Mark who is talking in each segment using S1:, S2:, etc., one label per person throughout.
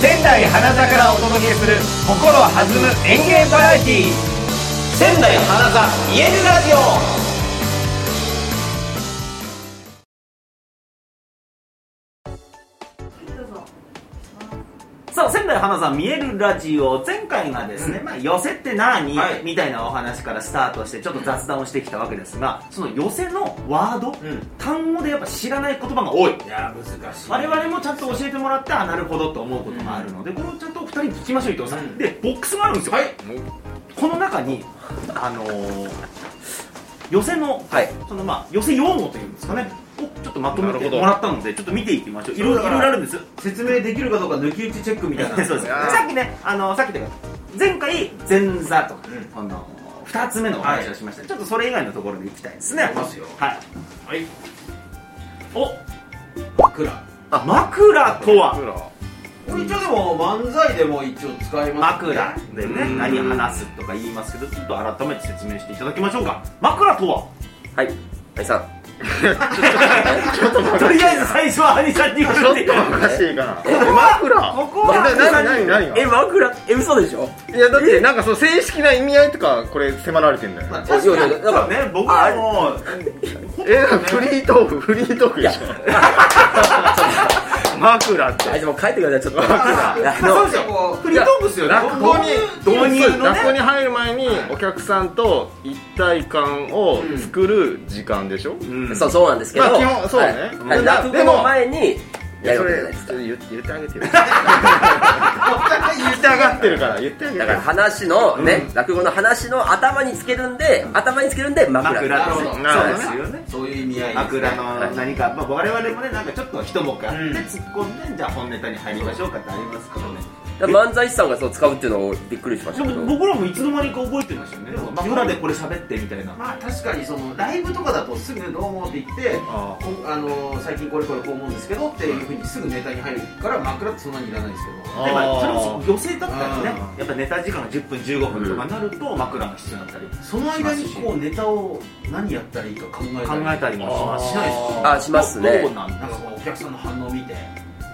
S1: 仙台花座からお届けする心弾む演芸バラエティー仙台花座イエルラジオ
S2: さあ仙台花さん見えるラジオ前回がですね、まあ、寄せって何、
S1: はい
S2: みたいなお話からスタートしてちょっと雑談をしてきたわけですがその寄せのワード、
S1: ん
S2: 単語でやっぱ知らない言葉が多い
S1: いや難し
S2: 我々もちゃんと教えてもらってあなるほどと思うこともあるので、これをちゃんとお二人に聞きましょう伊藤さん、
S1: うん
S2: でボックスがあるんですよ、
S1: はい
S2: この中にあのー寄せの、
S1: はい
S2: そのまあ寄せ用語というんですかねをちょっとまとめ
S1: なる
S2: て
S1: ほど
S2: もらったのでちょっと見ていきましょういろいろいろいろあるんです
S1: 説明できるかどうか抜き打ちチェックみたいな
S2: そうです
S1: あー
S2: さっきねあのさっきというか前回前座とか、
S1: うん
S2: この2つ目のお話をしました、ちょっとそれ以外のところでいきたいですね
S1: いきますよ
S2: はい
S1: はい
S2: お
S1: 枕
S2: あ枕とは
S1: これ一応でも漫才でも一応使います
S2: 枕でね
S1: うん
S2: 何話すとか言いますけどちょっと改めて説明していただきましょうか枕とは
S3: はい、はいさん。
S2: とりあえず最初は兄さんに言われて
S4: ちょっとおかしいかな。
S2: ここはここは
S4: な
S2: 兄さ
S4: なん何
S2: に
S4: 何が
S3: え、枕、え、嘘でしょ
S4: いやだってなんかその正式な意味合いとかこれ迫られてんだよ、ね
S3: いやいやいや、だ
S2: そ
S3: か
S2: う
S3: ら、
S2: ね僕はもう
S4: えなんかフリートークフリートークでしょ枕って
S3: あいつもう帰ってください、ちょっと。いやあ
S2: そう
S3: の
S2: ですよフリートークですよね
S4: 落語に
S2: 導入の
S4: 落語に
S2: ね
S4: 入る前にお客さんと一体感を作る時間でしょ、
S2: うん
S3: そう、そうなんですけど。
S4: まあ基本そうね
S3: はいはい
S4: うん
S3: 落語の前に、
S4: いや
S3: や
S4: そ
S3: るわけ
S4: れ
S3: じゃないです
S4: ちょっ。
S3: か
S4: と言って言ってあげ てよ言ってあがってるから言ってあげて
S3: だから話のね、落語の話の頭につけるんで、頭につけるんで枕
S2: 枕
S1: なるほど
S4: なる
S2: そうですよね
S1: そういう意味合いですね
S2: 枕の何か、まあ、我々もねなんかちょっと一ボケあって
S1: うん
S2: 突っ込んでじゃあ本ネタに入りましょうかってありますけどね
S3: だから漫才師さんがそう使うっていうのをびっくりしましたけど。
S2: 僕らもいつの間にか覚えてましたよね枕でこれ喋ってみたいな
S1: まあ確かにそのライブとかだとすぐどうもって言って
S2: あ
S1: こあのー最近これこれこう思うんですけどっていうふうにすぐネタに入るから枕ってそんなにいらないです
S4: あ
S2: でまあ、それも女性だったらね
S1: あー
S2: やっぱネタ時間が10分15分とかになると枕が必要になったり
S1: けどその間にこうネタを何やったらいいか考えたり
S2: 考えたりもします
S1: しないです
S3: あーしますね
S2: どうなん
S1: なん
S2: で
S1: か
S2: す
S1: こうお客さんの反応見て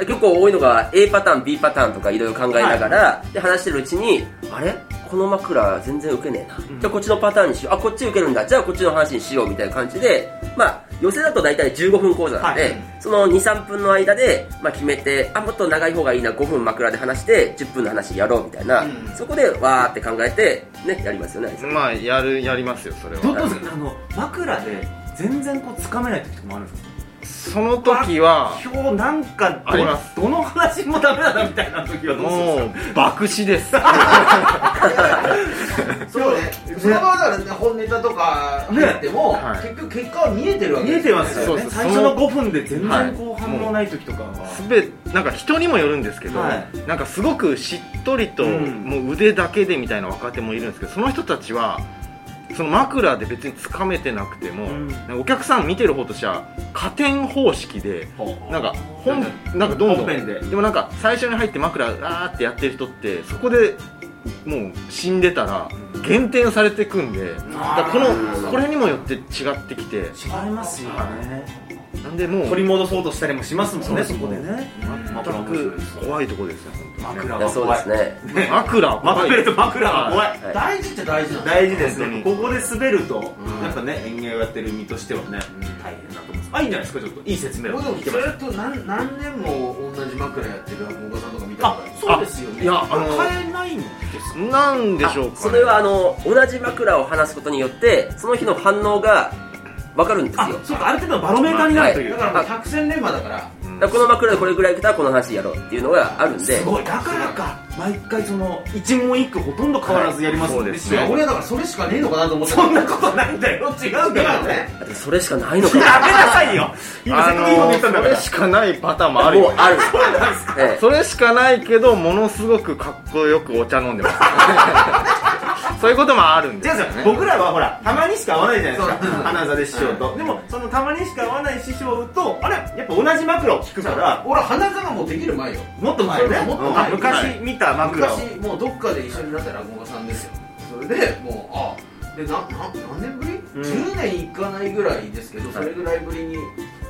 S3: 結構多いのが A パターン B パターンとかいろいろ考えながら、で話してるうちにあれこの枕全然ウケねえな、
S2: ん
S3: じゃあこっちのパターンにしようあこっちウケるんだじゃあこっちの話にしようみたいな感じでまあ寄せだと大体15分講座なんで、
S2: はい
S3: その23分の間で、まあ、決めてあもっと長い方がいいな5分枕で話して10分の話やろうみたいな、
S1: うん
S3: そこでわーって考えてねやりますよね
S4: まあやるやりますよそれ
S2: どう
S4: は
S2: どうですかあの枕で全然こうつかめない時とかもあるんですか
S4: その時は
S2: 今日なんか
S4: ありま
S2: どどの話もダメだなみたいな時はどうするんです
S4: もう爆死です
S1: そうねその場はだからね本ネタとかやっても、
S4: ねはい
S1: 結局結果は見えてるわ
S2: か
S1: け
S2: 見
S1: で
S2: え
S1: す
S2: て
S1: よ
S2: ま
S1: ね
S2: すよね
S4: そうそう
S2: 最初
S4: そ
S2: の
S4: の
S2: 5分で全然こう反応ない時とかは
S4: すべなんか人にもよるんですけど、
S2: は
S4: なんかすごくしっとりと、
S2: うん
S4: もう腕だけでみたいな若手もいるんですけどその人たちはその枕で別につかめてなくても、
S2: うん
S4: なんかお客さん見てる方としては加点方式でなんか本なんかどんどん
S2: 本編で
S4: もなんか最初に入って枕あーってやってる人ってそこでもう死んでたら減点されてくんで、だからこのこれにもよって違ってきて
S2: 違いますよね
S4: なんでもう
S2: 取り戻そうとしたりもしますもんねそ
S4: そう
S2: こでね
S4: 全く怖いとこですよ本当にね
S2: 枕
S3: いや
S2: は
S3: そうで
S2: 怖い
S3: すね
S4: 枕怖い
S2: 枕と枕は怖い
S3: はい
S1: 大事って大事なんだ
S2: 大事です
S4: 本
S2: ね
S4: 当
S2: ここで滑ると
S1: うん
S2: やっぱね演芸をやってる身としてはね大変だと思いますあいいんじゃないですかちょっといい説明を
S1: 僕でも
S2: 聞
S1: ず
S2: けました
S1: っと何何年も同じ枕やってる落語家さんとか見たこ
S2: あ
S1: とある
S2: そうですよね
S4: いやあの
S2: 変えないんですか
S4: なんでしょうか、ね、
S3: それはあの同じ枕を話すことによってその日の反応が分かるんです
S2: あ
S3: よ
S2: そうかある程度のバロメーターになるという
S1: だからもう百戦錬磨だから
S3: だからこの枕でこれぐらい来たらこの話やろうっていうのがあるんです
S2: ごいだからか毎回その一問一句ほとんど変わらずやりますもん
S4: はいそうです
S1: いや
S2: ね
S1: 俺はだからそれしかねえのかなと思って
S2: そんなことないんだよ違うんだ
S1: だか
S2: よ
S1: らね
S3: だってそれしかないのか
S2: やめなさいよ今
S4: あ
S2: せっかくいいこと
S4: の
S2: 言ったんだか
S4: それ
S2: ら
S4: しかないパターンもある
S3: もう
S4: よ、
S3: あるえ
S4: それしかないけどものすごくかっこよくお茶飲んでますそういうこともあるんで
S2: じゃ
S4: す
S2: あ
S4: よ
S2: さ
S4: ね
S2: 僕らはほらたまにしか会わないじゃないです
S1: そう
S2: か花座で師匠とでもそのたまにしか会わない師匠とあれやっぱ同じ枕を聞くから
S1: 俺花座がもうできる前よ
S2: もっと前ね
S1: もっと前
S2: うん昔見た枕を
S1: 昔もうどっかで一緒になった落語家さんですよそれでもうあ
S5: でなな何年ぶり、
S4: うん
S5: ?10 年いかないぐらいですけどそ
S3: はい
S5: れぐらいぶりに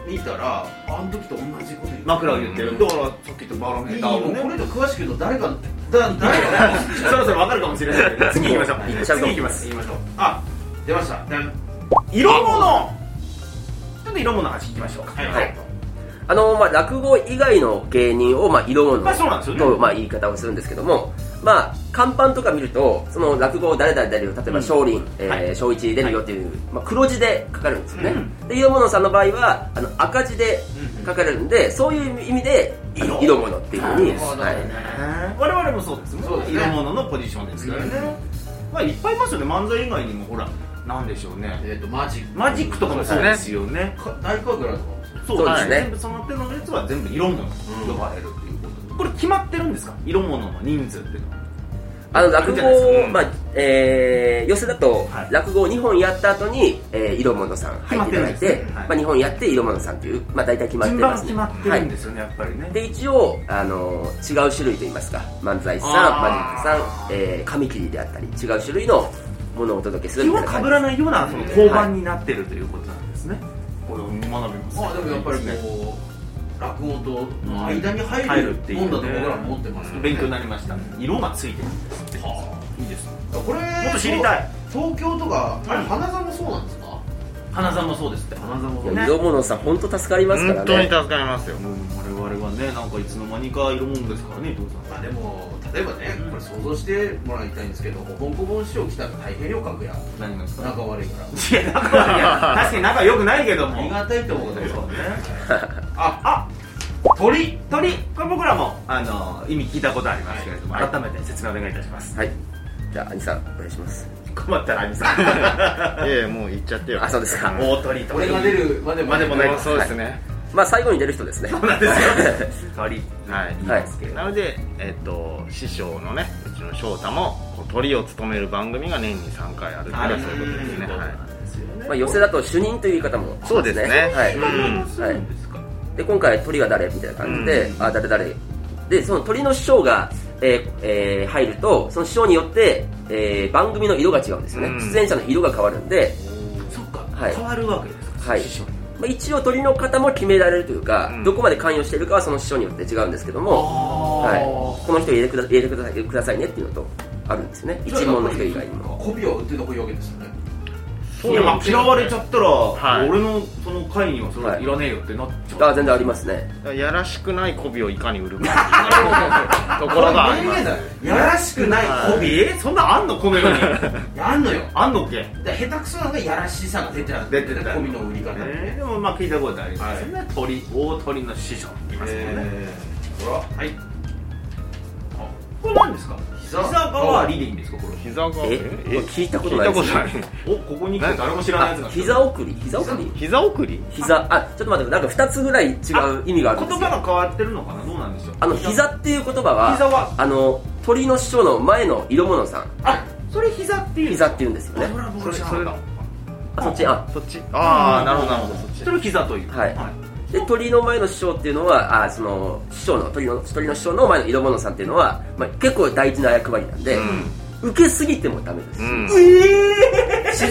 S5: 見たらあの時と同じこと言う
S2: 枕を言ってる
S5: だからさっき言ったバロメーター
S2: い
S5: を
S2: いよ
S5: これ以上詳しく言うと誰かだ誰か
S2: そろそろわかるかもしれないけど次行きましょう
S3: 行っちゃうかも
S2: 次行きます
S5: 言いましょうあ出ましたじゃん
S2: 色物ちょっと色物の話行きましょうか
S3: はいあのまあ、落語以外の芸人を、まあ、色物
S2: まあそうなんですよね
S3: と、まあ、言い方をするんですけども、まあ、看板とか見るとその落語を誰々出るよ例えば少林、えー
S2: はい
S3: 少一出るよっていう、まあ、黒字で書かれるんですよね、
S2: う
S3: で色物さんの場合はあの赤字で書かれるんで、そういう意味であの色物っていうふうに、はい、
S2: 我々もそうですもん
S5: そうですね
S2: 色物のポジションですからね、まあいっぱいいますよね漫才以外にもほらなんでしょうね
S5: えっ、とマジック
S2: マジックとかもそうですよね
S5: か大神楽とかもそう
S2: そうです
S3: そうです
S2: ね
S3: ね
S2: 全部その手のやつは全部色物と呼ばれるっていうことでこれ決まってるんですか色物の人数っていうのは
S3: あの
S2: い
S3: 落語
S2: いんじゃないです
S3: を、
S2: かうん
S3: まあえー寄せだと、
S2: はい
S3: 落語を2本やった後に、えー色物さん入っていただい
S2: 決まってる
S3: て
S2: んですねはい
S3: まあ、2本やって色物さんという、まあ、大体決まって
S2: 順
S3: ま
S2: 番
S3: す、ね、
S2: 決まって
S3: は
S2: る
S3: い
S2: んですよね、やっぱりね
S3: で一応あの違う種類といいますか漫才師さん
S2: あー
S3: マジックさん、えー、紙切りであったり違う種類のものをお届けする
S2: 気
S3: みた
S2: はいか
S3: な感
S2: ぶ
S3: じ
S2: らないようなその交番になってるということなんですね、これを学びます
S5: まあでもやっぱり
S2: ね
S5: こう落語との間に
S2: 入
S5: 入
S2: る
S5: る
S2: っていう
S5: もんだと僕らも思ってますけど、
S2: 勉強になりました色がついてるんですっていいですね
S5: これ
S2: もっと知りたい
S5: 東京とかあれ
S2: うん
S5: 花座もそうなんですか
S2: 花さんもそうですって
S5: 花座も
S3: いや色物さん本当助かりますから
S4: 本当に
S3: ね
S4: 助かりますよ
S2: うん我々はねなんかいつの間にか色物ですからね伊藤さ
S5: まあでも例えばねこれ想像してもらいたいんですけどおぼんこぼん師匠来たら大変よ格や
S2: ん何がですか
S5: 仲悪いから
S2: いや仲はいや 確かに仲良くないけど
S5: あり
S2: も
S5: がたいって思うけど
S2: ああ
S5: 鳥
S2: 鳥これ僕らもあの意味聞いたことありますけれども、
S3: はい
S2: 改めて説明お願いいたします
S3: はいじゃあ兄さんお願いします
S2: 困ったら兄さ
S4: いやいやもう行っちゃってよ
S3: あそうです か
S2: ん大鳥と
S5: 俺が出るまで
S4: まあでも
S5: ね
S4: ねそうですね
S3: まあ最後に出る人ですね
S2: そうなんですよ鳥
S4: はい
S2: いですけど、
S4: なので、えっと、師匠のねうちの翔太もこうトリを務める番組が年に3回あるっていうの
S2: あ
S4: は
S2: る
S4: そういうことですね、はい
S3: まあ寄せだと主任という言い方も
S4: そうですね
S3: はい、
S4: うん
S3: はい、で今回鳥は誰みたいな感じで、あ誰誰でその鳥の師匠が、えーえー入るとその師匠によって、えー番組の色が違うんですよね、
S4: うん
S3: 出演者の色が変わるんで
S2: そっか、
S3: はい
S2: 変わるわけですか、
S3: はい
S2: 師匠に
S3: まあ、一応鳥の方も決められるというか、
S4: うん
S3: どこまで関与しているかはその師匠によって違うんですけども、はい、この人入れてくだ入れてください入れてくださいねっていうのとあるんですよね一門の人以外にも
S5: コピを売ってるとこいいわけですよね
S4: そう
S2: いやまあ嫌われちゃったら、
S4: い
S2: 俺のその会にはそれ
S3: はい
S2: いらねえよってなっちゃう、
S3: あ全然ありますね
S4: やらしくない媚びをいかに売るかっていうところがあります
S5: これ名言だよやらしくない
S2: コビーそんなあんのこの世に
S5: やんのよ
S2: あんのっけ、
S5: だから下手くそなのがやらしさが出てた
S2: 出てた
S5: コミの売り方って
S2: えー
S5: ね
S2: でもまあ聞いたことありますよね、鳥大鳥の師匠いますもんね、
S5: えーほらはい
S2: これ何ですか
S5: 膝
S2: 膝側リでいいんですかこれ
S4: 膝が
S3: え聞いたことない
S4: 聞いたことない
S2: おここに来て誰も知らないやつが
S3: あ膝送り膝送り
S4: 膝送り
S3: 膝あちょっと待ってなんか2つぐらい違う意味があるんです
S2: 言
S3: よ
S2: 葉が変わってるのかなどうなんでしょう
S3: あの膝っていう言葉は
S2: 膝は
S3: あの鳥の師匠の前の色物さん
S2: あそれ膝っていう
S3: 膝って言うんですよね
S2: あ
S4: それそれだ
S3: あそっちあ
S4: そっちああなるほどなるほどそっち
S2: それを膝という
S3: はいで鳥の前の師匠っていうのはあその師匠の鳥の鳥の師匠の前の色物さんっていうのは、まあ、結構大事な役割なんで、受けすぎてもダメです、
S4: うん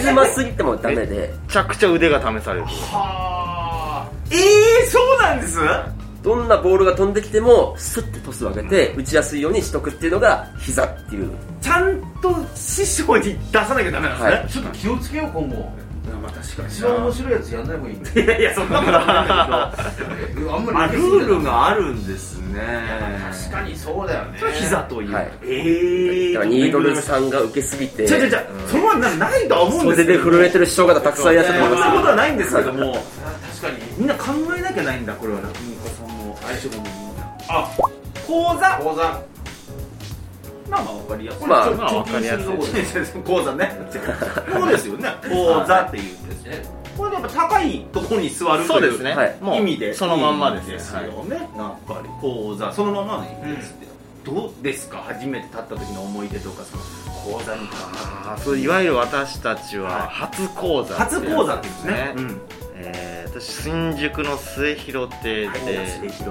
S3: 沈ますぎてもダメで
S4: めちゃくちゃ腕が試される
S5: は
S2: ええー、そうなんです
S3: どんなボールが飛んできてもスッてトスを上げて打ちやすいようにしとくっていうのが膝っていう
S2: ちゃんと師匠に出さなきゃダメなんですね、
S3: はい
S5: あちょっと気をつけよう今後
S2: まあ確かに
S5: 一番面白いやつやんない方がいいんだよ
S2: いやいやそんなことはないけど
S5: うんあん
S2: ま
S5: ま
S2: あ、
S5: り
S2: ル
S5: 理
S2: ー
S5: 解する
S2: ル
S5: んだ
S2: があるんですね。
S5: 確かにそうだよね
S2: それ膝という。
S3: はい
S2: ええ
S3: だからニードルさんが受けすぎて
S2: ちゃちゃちゃ、それはなないとは思うんです
S3: 袖
S2: け
S3: で
S2: ど。
S3: 震えてる師匠方たくさんいらっしゃると
S2: そ
S3: 思い
S2: んな
S3: ま
S2: ことはないんですけども、
S5: 確かに
S2: みんな考えなきゃないんだ、これは。落語家さんも、相性もみんな。
S5: あ
S2: 講座
S5: 講座
S2: まあまあ、わかりやすい。
S3: まあ
S2: ちょ
S4: まあわかりやすい
S2: ちょっと気にするとこ講座ね。 そうですよね。講座っていうんですね。これでやっぱ高いところに座るという
S4: そうですね、
S3: はい
S4: もう
S2: 意味で。
S4: そのまんまです
S2: いい
S4: よ
S2: ですよね。やっぱり講座、そのままの意味ですって。どうですか初めて立った時の思い出とか、その講座に関わる
S4: あーそういわゆる私たち
S2: はい
S4: は初講座
S2: 初
S4: っていう
S2: 講座っていうんですね。
S4: えー私新宿の末広亭で、
S2: はい、で広で。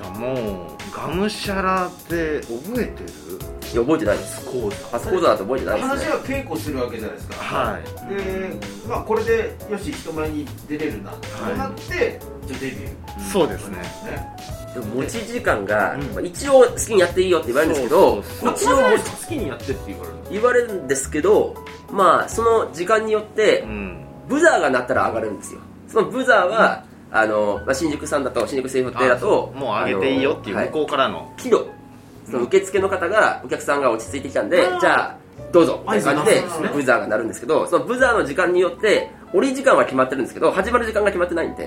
S4: だもうがむしゃらって覚えてる
S3: いや覚えてないです
S4: スコーダ
S3: パスコードだと覚えてないです
S5: 話
S3: ね
S5: は稽古するわけじゃないですか
S4: はい
S5: でまあこれでよし人前に出れるなとなってじゃあデビュー
S4: そうですね
S5: ね
S3: でも持ち時間が、まあ一応好きにやっていいよって言われるんですけど
S2: まあ
S3: 一応
S2: 好きにやってって言われる
S3: 言われるんですけどまあその時間によって
S4: うん
S3: ブザーが鳴ったら上がるんですよそのブザーは、あのまあ、新宿さんだと新宿政府亭だと
S4: もう上げていいよってい
S3: あ
S4: う
S3: の
S4: 向こうからの
S3: 帰路その受付の方がお客さんが落ち着いてきたんで、じゃあどうぞみたいな感じで
S5: 合図が鳴るんですね
S3: ブザーが鳴るんですけどそのブザーの時間によって降り時間は決まってるんですけど始まる時間が決まってないんで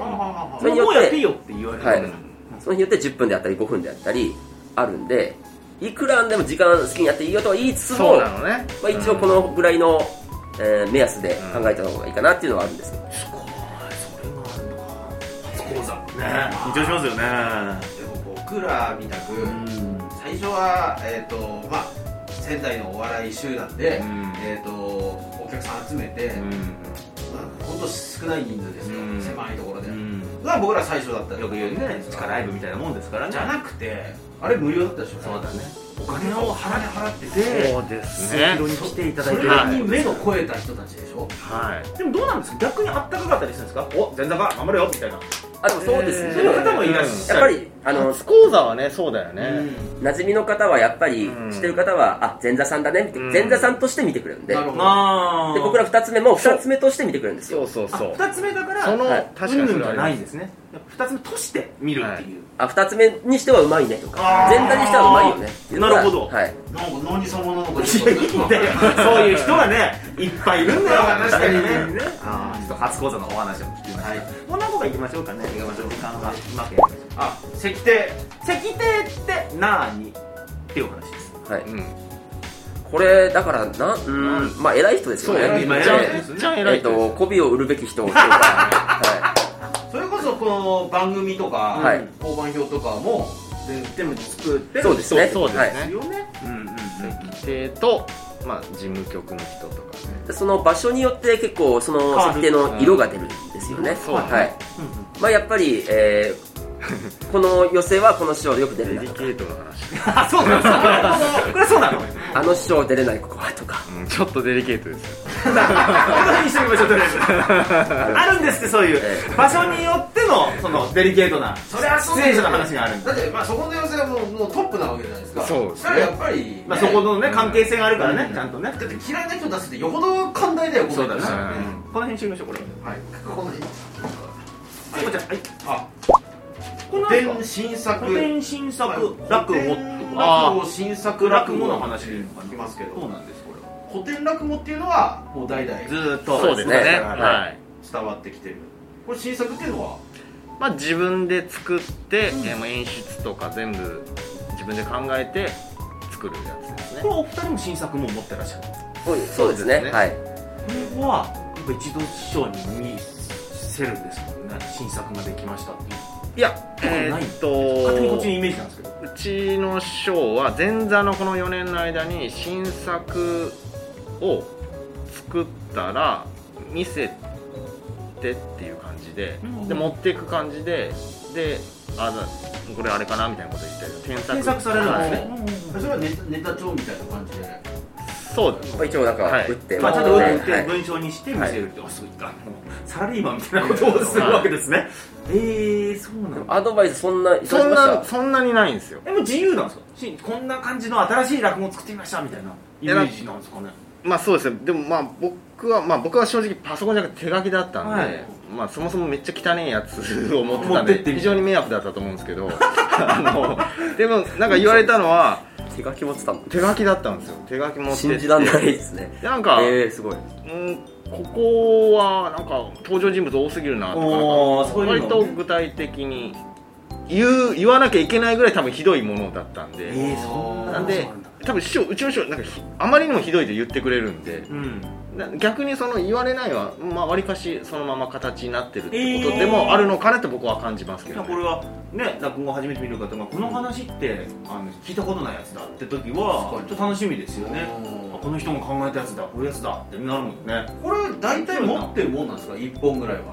S3: それによ
S2: も
S3: っ
S2: うやっていい
S3: て、
S2: よって言われる、
S3: はい、その日によって10分であったり5分であったりあるんでいくらでも時間好きにやっていいよとは言いつつ
S4: そ
S3: も、
S4: うなのね
S3: まあ、一応このぐらいの、えー目安で考えた方がいいかなっていうのはあるんですけど、
S2: ね緊張しますよね
S5: でも僕らみたく最初はえっとまあ仙台のお笑い集団で
S4: うん
S5: えっとお客さん集めて本当少ない人数ですよ
S2: うん
S5: 狭いところで
S2: うん
S5: が僕ら最初だった
S2: よく言うね地下ライブみたいなもんですからね
S5: じゃなくてあれ無料だったでしょ
S2: そうだね
S5: お金を払って払ってて
S4: そうですね
S2: に来ていただいてる
S5: それに目の超えた人たちでしょ
S4: はい
S2: でもどうなんですか逆にあったかかったりするんですかお前座が頑張れよみたいな
S3: あでもそうですね、
S2: そういう方もいらっしゃ
S3: やっ
S2: る
S3: ぱりあの
S4: 初講座はねそうだよね
S3: 馴染みの方はやっぱり
S4: うん
S3: 知ってる方は、あ前座さんだねって
S4: うん
S3: 前座さんとして見てくれるんで,、
S5: なるほど
S2: あ
S3: で僕ら2つ目も2つ目として見てくれるんです
S4: そ
S3: よ
S4: うそうそう
S2: 2つ目だから
S4: その
S3: はい
S4: 確かにそ
S2: うん
S4: れ
S2: じ
S4: は
S2: ゃ
S4: あり
S2: な
S4: ま
S2: い
S4: す
S2: ですね2つ目として見るっていう、
S3: あ2つ目にしてはうまいねと
S2: あ
S3: か
S2: ー
S3: 前座にしてはうまいよねっていうのが
S2: なるほど
S3: はい、
S5: なんか何様なのか
S2: い
S5: ちょっ
S2: や
S5: と
S2: いいんだよそういう人がねいっぱいいるんだよ
S5: 確かにね
S2: あーちょっと初講座のお話を聞きました、
S5: はい
S2: こんな子が行きましょうかね行きましょう時間がうまくやりましょう
S5: あ石庭
S2: 石庭ってなーにっていうお話です
S3: はい、
S4: うん
S3: これだからなうんまあ偉い人ですよね
S4: そう
S2: めっ
S3: え
S2: ちゃ偉い
S4: めっちゃ
S3: え
S4: 偉い
S3: っ
S4: 人です
S3: と媚びを売るべき人という か、は
S5: それこそこの番組とか、
S3: はい
S5: 交番表とかも
S2: でも作って
S3: い、そうですね
S4: そうですね、
S3: はい
S2: よねうんうんうん
S4: でと、まあ、事務局の人とかね
S3: その場所によって結構その
S2: 変わる
S3: 設定の色が出るんですよね。
S4: そうだね
S3: はい。まあやっぱり、えー この寄せはこの師匠でよく出
S4: デ
S3: る
S4: リ
S3: な
S4: ケ
S3: とか、
S4: ートな話、
S2: あそうな のこれそうなのこ
S3: あの師匠出れないここはとか、
S4: うん、ちょっとデリケートですよ
S2: れにしてみましょう とりあえずあるんですってそう
S3: え
S2: いう場所によってのそのデリケートな
S5: それはそう
S2: 出演者の話があるん
S5: だ
S2: だ
S5: ってまあそこの寄せはもうもうトップなわけじゃないですか
S4: そうですね
S5: だからやっぱりね、
S2: まあそこのね関係性があるからねちゃんとね
S5: だって嫌いな人出すってよほど寛大だよこの人
S2: そうだね
S4: う
S2: この辺にしてみましょうこれ
S5: はいこの人
S2: こちらはい
S5: あ
S2: この
S5: 古典新作
S2: 古典新作落語
S5: 落語
S2: ってこ
S5: 落語新作
S2: と
S5: 落
S2: 落
S5: 語
S2: 語
S5: の
S2: の
S5: 話
S2: 話でいいのかな
S5: 聞きますけど
S2: そうなんですこれは
S5: 古典落語っていうのはもう代々
S2: ずーっと
S4: そうですね
S3: そうですね
S4: は、
S3: はい
S5: 伝わってきてるこれ新作っていうのは
S4: まあ、自分で作って、えーもう演出とか全部自分で考えて作るやつです
S2: これ
S4: ね
S2: お二人も新作も持ってらっしゃる
S3: そうそうですね
S4: そうですね
S3: はい。
S2: これはやっぱ一度師匠に見せるんですもんね新作ができましたっていう
S4: いやえ
S2: ない
S4: ーっ
S2: 勝手にこっちの
S4: と
S2: イメージなんですけど
S4: うちの師匠は前座のこの4年の間に新作を作ったら見せてっていう感じで、
S2: うん
S4: で持っていく感じでであだこれあれかなみたいなこと言ったり添削
S2: 検索される
S4: はい
S2: んですね
S5: それはネタネタ帳みたいな感じで
S4: そうです
S3: まあ一応なんか
S4: はい
S3: 打って、
S2: まあちゃんと打って
S3: はい
S2: 文章にして見せるって、あすごいあのサラリーマンみたいなことをするわけですねえー、そうな
S3: で
S2: の
S3: もアドバイスそんな、いただ
S4: そ
S3: き
S4: ん
S3: ました
S4: なそんなにないんですよ
S2: でも自由なんですかしこんな感じの新しい落語を作ってみましたみたいなイメージなんですかね
S4: まあそうですねでもまあ僕はまあ僕は正直パソコンじゃなくて手書きだったんで、
S2: はい
S4: まあそもそもめっちゃ汚いやつを持ってたん
S2: 持って
S4: で
S2: ってみた
S4: 非常に迷惑だったと思うんですけど あのでもなんか言われたのは
S3: 手書き持ってたもん。
S4: 手書きだったんですよ手書き持ってって
S3: 信じらんないですね。
S4: でなんか、
S3: えー、すごい。
S4: うんここはなんか登場人物多すぎるなとか
S2: おーそういう
S4: 割
S2: の
S4: と具体的に言う言わなきゃいけないぐらい多分ひどいものだったんで、
S2: えー、そ
S4: なんで多分師匠うちの師匠なんかひあまりにもひどいと言ってくれるんで、
S2: うん
S4: な逆にその言われないはまあわりかしそのまま形になってるってことでもあるのかなって僕は感じますけ
S2: いや
S4: ど、
S2: これはね落語初めて見る方がこの話ってあの聞いたことないやつだって時は
S5: 確かに
S2: ちょっと楽しみですよね
S5: うん
S2: あこの人が考えたやつだこういうやつだってなるもんね
S5: これ大体持ってるもんなんですか一本ぐらいは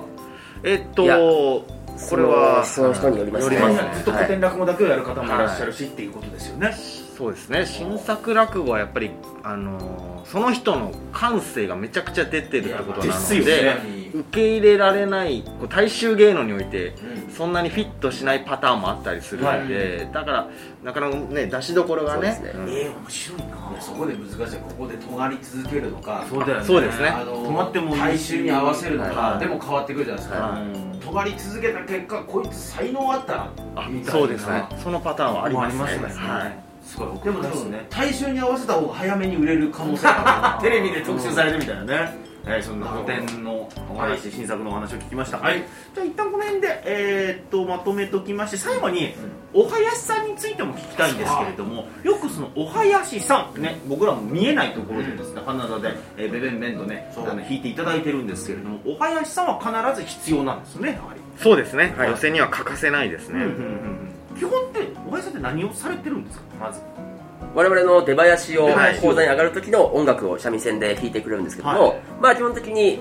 S4: えっ
S3: いや
S4: とこれは
S3: そのその人によりますね
S4: よります
S2: ずっと古典落語だけをやる方もいらっしゃるし、っていうことですよね。
S4: そうですね新作落語はやっぱりあのーその人の感性がめちゃくちゃ出てるってことなの
S2: いや
S4: で
S2: ですよね
S4: 受け入れられないこう大衆芸能において
S5: うん
S4: そんなにフィットしないパターンもあったりするので、だからなかなかね出しどころがね
S3: そうですね
S4: うん
S2: ええ面白いな。
S5: そこで難しいここで尖り続けるのか
S2: そうだよね。
S4: そうですね
S5: あの
S2: 止まってもいいし
S5: 大衆に合わせるの
S2: は
S5: か
S2: い
S5: でも変わってくるじゃないで
S2: う
S5: すか
S2: ん
S5: 止まり続けた結果こいつ才能あったな
S4: あ
S5: みたいな
S4: そうですねそのパターンはありますね
S2: ありますね
S4: はい、
S2: すごい奥
S5: で
S2: 深
S5: も多
S2: いです
S5: 分
S2: ね。
S5: 大衆に合わせた方が早めに売れる可能性があ る
S2: テレビで特集されるみたいなね。はい、そんな古典のお
S5: は
S2: 話、
S5: い
S2: 新作のお話を聞きました。
S5: はい。
S2: じゃあ一旦この辺で、えーっとまとめときまして、最後にお囃子さんについても聞きたいんですけれども、よくそのお囃子さんね、僕らも見えないところでですね、花田で、えー、ベベンベンとね、あ
S5: そう
S2: の弾いていただいてるんですけれども、お囃子さんは必ず必要なんですね、やはり。
S4: そうですね、
S2: はい
S4: 寄席には欠かせないですね、
S2: 基本ってお囃子さんって何をされてるんですか、まず。
S3: 我々の出囃子を
S2: 出囃子を
S3: 講座に上がる時の音楽を三味線で弾いてくれるんですけども、
S2: はい
S3: まあ基本的に、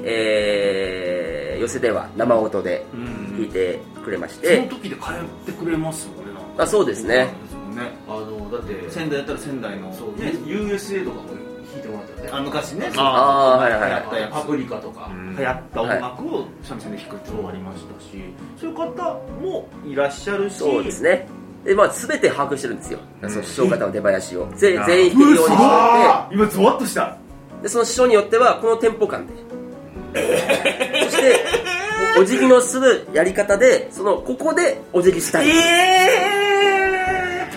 S3: えー寄せでは生音で弾いてくれまし
S2: そ
S3: て、
S2: の時で通ってくれますもんね。なんか
S3: あそうですね。
S2: ね
S5: あのだって
S2: 仙台やったら仙台の
S5: そう
S2: ね
S5: USA とかも弾いてもらったよね
S2: あ昔ね
S3: あーはいはい
S2: 流
S3: は
S2: 行
S3: い
S2: ったや
S5: パ
S2: つ
S5: プリカとか、
S4: うん
S2: 流行った音楽を三味線で弾くっていうのもありましたし、そういう方もいらっしゃるし
S3: そうですね。で、まあ、すべて把握してるんですよ。
S4: うん
S3: その師匠方の出囃子を。ぜ
S4: あー
S3: 全員弾ける
S2: う
S3: ようにして
S2: わ今ゾワッとした
S3: おいて、で、その師匠によっては、このテンポ感で。そして、お辞儀のするやり方で、その、ここでお辞儀したい。
S2: え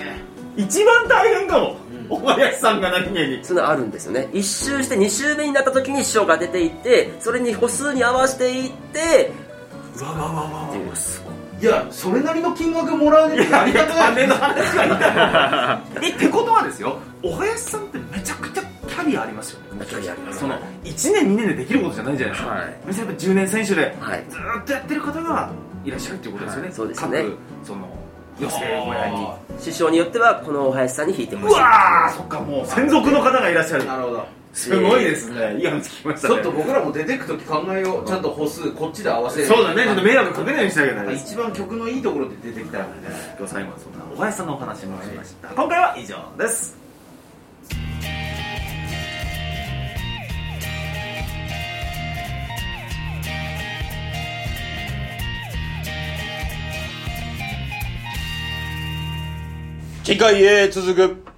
S2: ー、一番大変かも、
S5: うん
S2: お林さんが何気に
S3: そういうのあるんですよね。一周して二周目になった時に師匠が出ていって、それに歩数に合わせていって、
S5: うわわわわわ
S3: っていう
S5: いやそれなりの金額もらわねえとやりたくない
S2: 金の話はいいだろうえってことはですよお林さんってめちゃくちゃキャリアありますよね
S3: キャリアあります
S2: その1年2年でできることじゃないじゃないですか、
S4: はい
S2: めちゃやっぱ10年選手で
S3: はい。
S2: ずーっとやってる方がいらっしゃるっていうことですよね、
S3: はいそうですね
S2: 各その寄席小屋に
S3: 師匠によっては、このお囃子さんに弾いてほ
S2: う
S3: しい。
S2: わーそっかもう専属の方がいらっしゃる
S5: なるほど
S2: すごいですねいい話聞きました
S5: ち
S2: ね
S5: ょっと僕らも出てく時考えようちゃんと歩数こっちで合わせる
S2: そうだねちょっと迷惑かけないようにしなきゃな
S5: なん
S2: い
S5: か
S2: です
S5: 一番曲のいいところで出てきたらね
S2: 今日最後はそんなお林さんのお話もしました、今回は以上です
S6: 次回へ続く